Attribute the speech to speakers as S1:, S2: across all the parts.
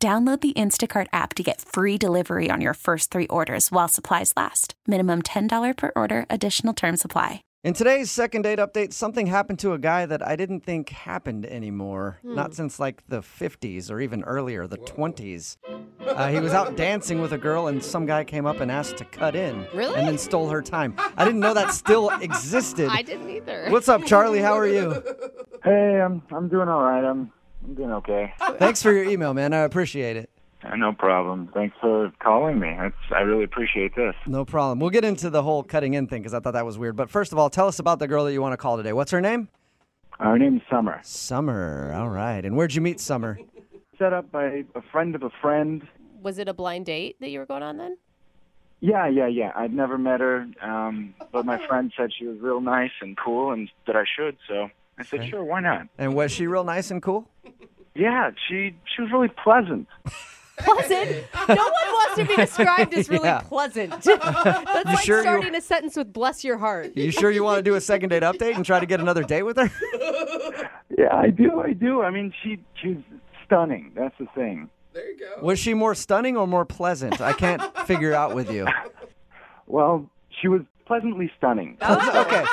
S1: Download the Instacart app to get free delivery on your first three orders while supplies last. Minimum $10 per order, additional term supply.
S2: In today's second date update, something happened to a guy that I didn't think happened anymore.
S3: Hmm.
S2: Not since like the 50s or even earlier, the 20s. Uh, he was out dancing with a girl, and some guy came up and asked to cut in.
S3: Really?
S2: And then stole her time. I didn't know that still existed.
S3: I didn't either.
S2: What's up, Charlie? How are you?
S4: Hey, I'm I'm doing all right. I'm I'm doing okay.
S2: Thanks for your email, man. I appreciate it.
S4: Uh, No problem. Thanks for calling me. That's, I really appreciate this.
S2: No problem. We'll get into the whole cutting in thing because I thought that was weird. But first of all, tell us about the girl that you want to call today. What's her name?
S4: Her name's Summer.
S2: Summer. All right. And where'd you meet Summer?
S4: Set up by a friend of a friend.
S3: Was it a blind date that you were going on then?
S4: Yeah, yeah, yeah. I'd never met her, um, but my friend said she was real nice and cool, and that I should. So I said, sure, why not?
S2: And was she real nice and cool?
S4: Yeah, she she was really pleasant.
S3: Pleasant. No one wants to be described as really
S2: Yeah.
S3: pleasant. That's like
S2: sure you-
S3: starting a sentence with "bless your heart."
S2: You sure you want to do a second date update and try to get another date with her?
S4: Yeah, I do, I do. I mean, she she's stunning. That's the thing.
S2: Was she more stunning or more pleasant? I can't figure out with you.
S4: Well, she was pleasantly stunning.
S2: Okay.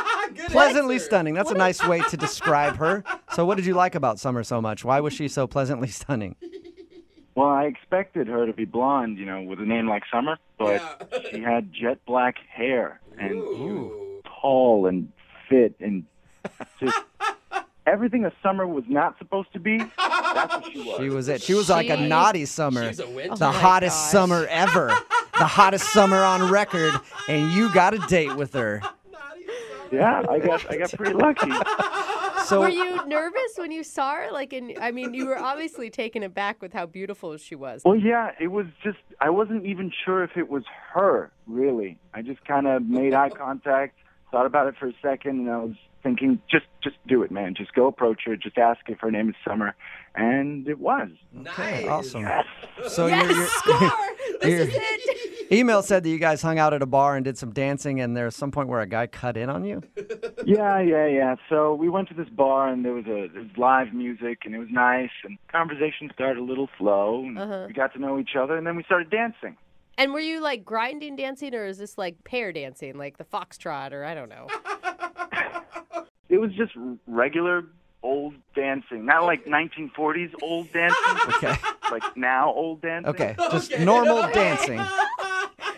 S2: Pleasantly stunning. That's a nice way to describe her. So, what did you like about Summer so much? Why was she so pleasantly stunning?
S4: Well, I expected her to be blonde, you know, with a name like Summer, but she had jet black hair and she was tall and fit and just everything a Summer was not supposed to be. That's what she was.
S2: She was it. She was like a
S3: She-
S2: naughty Summer.
S5: She's a witch. Oh
S2: the hottest
S3: gosh.
S2: summer ever. the hottest summer on record. And you got a date with her.
S4: Yeah, I got I got pretty lucky.
S3: Were
S2: So,
S3: you nervous when you saw her? Like, in, I mean, you were obviously taken aback with how beautiful she was.
S4: Well, yeah, it was just I wasn't even sure if it was her really. I just kind of made eye contact, thought about it for a second, and I was thinking, just just do it, man. Just go approach her, just ask if her name is Summer, and it was.
S5: Nice.
S2: awesome. So,
S3: yes,
S2: you're, you're,
S3: score. This is
S2: you're-
S3: it.
S2: email said that you guys hung out at a bar and did some dancing, and there's some point where a guy cut in on you.
S4: Yeah, yeah, yeah. So we went to this bar and there was a there was live music and it was nice and conversation started a little slow. And
S2: Uh-huh.
S4: We got to know each other and then we started dancing.
S3: And were you like grinding dancing, or is this like pair dancing, like the foxtrot, or I don't know?
S4: It was just r- regular old dancing, not like 1940s old dancing,
S2: Okay.
S4: like now old dancing.
S2: Okay. Just normal dancing.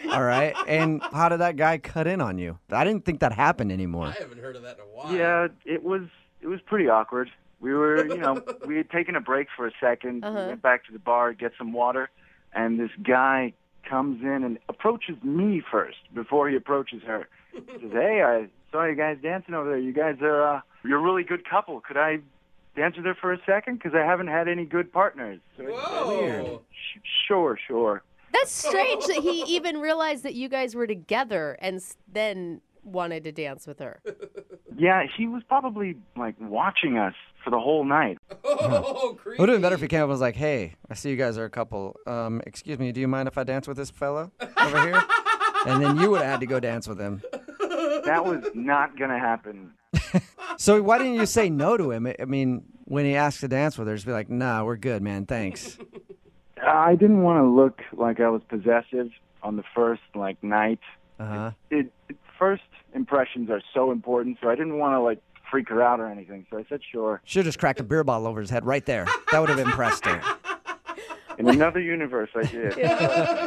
S2: All right. And how did that guy cut in on you? I didn't think that happened anymore.
S5: I haven't heard of that in a while.
S4: Yeah, it was it was pretty awkward. We were, you know, we had taken a break for a 2nd We went back to the bar, get some water, and this guy comes in and approaches me first before he approaches her. He says, "Hey, I saw you guys dancing over there. You guys are uh, you're a really good couple. Could I dance with her for a second? Because I haven't had any good partners." So I said,
S5: Whoa.
S4: "Sh- Sure, sure.
S3: That's strange that he even realized that you guys were together and s- then wanted to dance with her.
S4: Yeah, he was probably like watching us for the whole night.
S5: Oh,
S2: It would have been better if he came up and was like, hey, I see you guys are a couple. Um, excuse me, do you mind if I dance with this fella over here? And then you would have had to go dance with him.
S4: That was not gonna happen.
S2: So why didn't you say no to him? I- I mean, when he asked to dance with her, just be like, nah, we're good, man. Thanks.
S4: I didn't want to look like I was possessive on the first like night.
S2: Uh-huh.
S4: It, it, first impressions are so important, so I didn't want to like freak her out or anything. So I said sure.
S2: Should have just cracked a beer bottle over his head right there. That would have impressed her.
S4: In another universe, I did.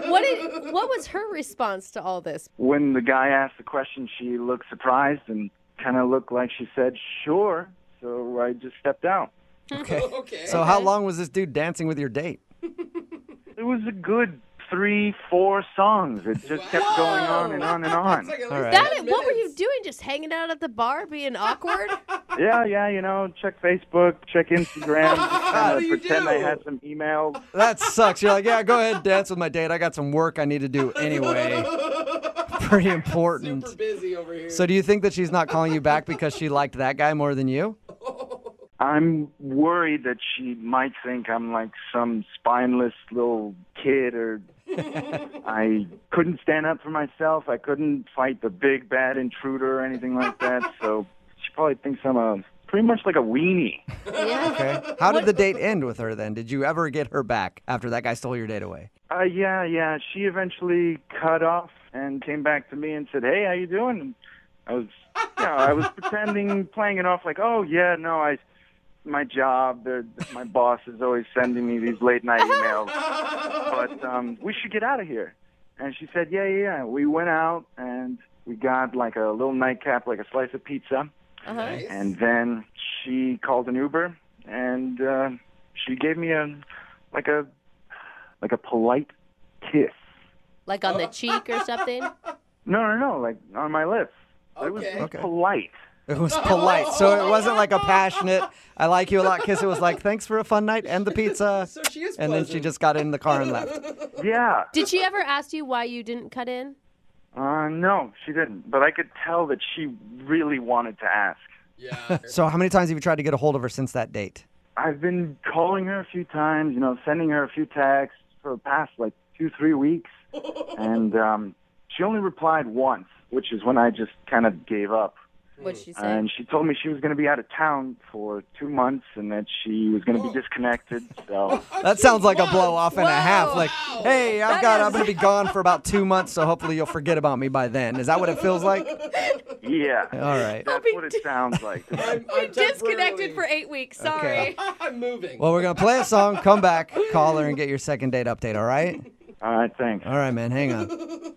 S3: What did, What was her response to all this?
S4: When the guy asked the question, she looked surprised and kind of looked like she said sure. So I just stepped out.
S2: Okay.
S5: Okay.
S2: So how long was this dude dancing with your date?
S4: It was a good three, four songs. It just kept going on and on and on.
S5: It's like at
S2: All
S5: least
S2: right.
S3: That,
S5: 10
S3: what were you
S5: minutes.
S3: doing? Just hanging out at the bar, being awkward?
S4: Yeah, yeah, you know, check Facebook, check Instagram, just
S5: What do
S4: kinda
S5: you
S4: pretend I
S5: do?
S4: had some emails.
S2: That sucks. You're like, yeah, go ahead, and dance with my date. I got some work I need to do anyway. Pretty important.
S5: Super busy over here.
S2: So do you think that she's not calling you back because she liked that guy more than you?
S4: I'm worried that she might think I'm like some spineless little kid or I couldn't stand up for myself. I couldn't fight the big bad intruder or anything like that. So she probably thinks I'm a pretty much like a weenie.
S3: yeah.
S2: Okay. How did the date end with her then? Did you ever get her back after that guy stole your date away?
S4: Uh, yeah, yeah. She eventually cut off and came back to me and said, "Hey, how you doing?" And I was, you know, I was pretending, playing it off like, "Oh yeah, no, I, my job, they're- my boss is always sending me these late night emails, but um, we should get out of here." And she said, "Yeah, yeah." yeah." We went out and we got like a little nightcap, like a slice of pizza,
S5: Nice.
S4: and then she called an Uber and uh, she gave me a like a like a polite kiss.
S3: Like on the cheek or something?
S4: No, no, no. Like on my lips. It was
S5: Okay.
S2: Okay.
S4: polite.
S2: It was polite. So it wasn't like a passionate, I like you a lot kiss. It was like, thanks for a fun night and the pizza.
S5: So she is
S2: And then she
S5: pleasant.
S2: just got in the car and left.
S4: Yeah.
S3: Did she ever ask you why you didn't cut in?
S4: Uh, no, she didn't. But I could tell that she really wanted to ask.
S5: Yeah.
S2: So how many times have you tried to get a hold of her since that date?
S4: I've been calling her a few times, you know, sending her a few texts for the past like two, three weeks, and um, she only replied once, which is when I just kind of gave up.
S3: What'd she say?
S4: And she told me she was going to be out of town for two months and that she was going to be disconnected. So.
S2: That sounds like a blow off and a half.
S3: Wow.
S2: Like, hey, I've got, I'm gonna be gone for about two months, so hopefully you'll forget about me by then. Is that what it feels like?
S4: Yeah.
S2: All right.
S4: That's what it sounds like.
S5: I'm,
S3: We
S5: I'm
S3: disconnected
S5: temporarily-
S3: for eight weeks.
S2: Okay.
S3: Sorry.
S5: I'm moving.
S2: Well, we're gonna play a song, come back, call her, and get your second date update. All right.
S4: All right, thanks.
S2: All right, man. Hang on.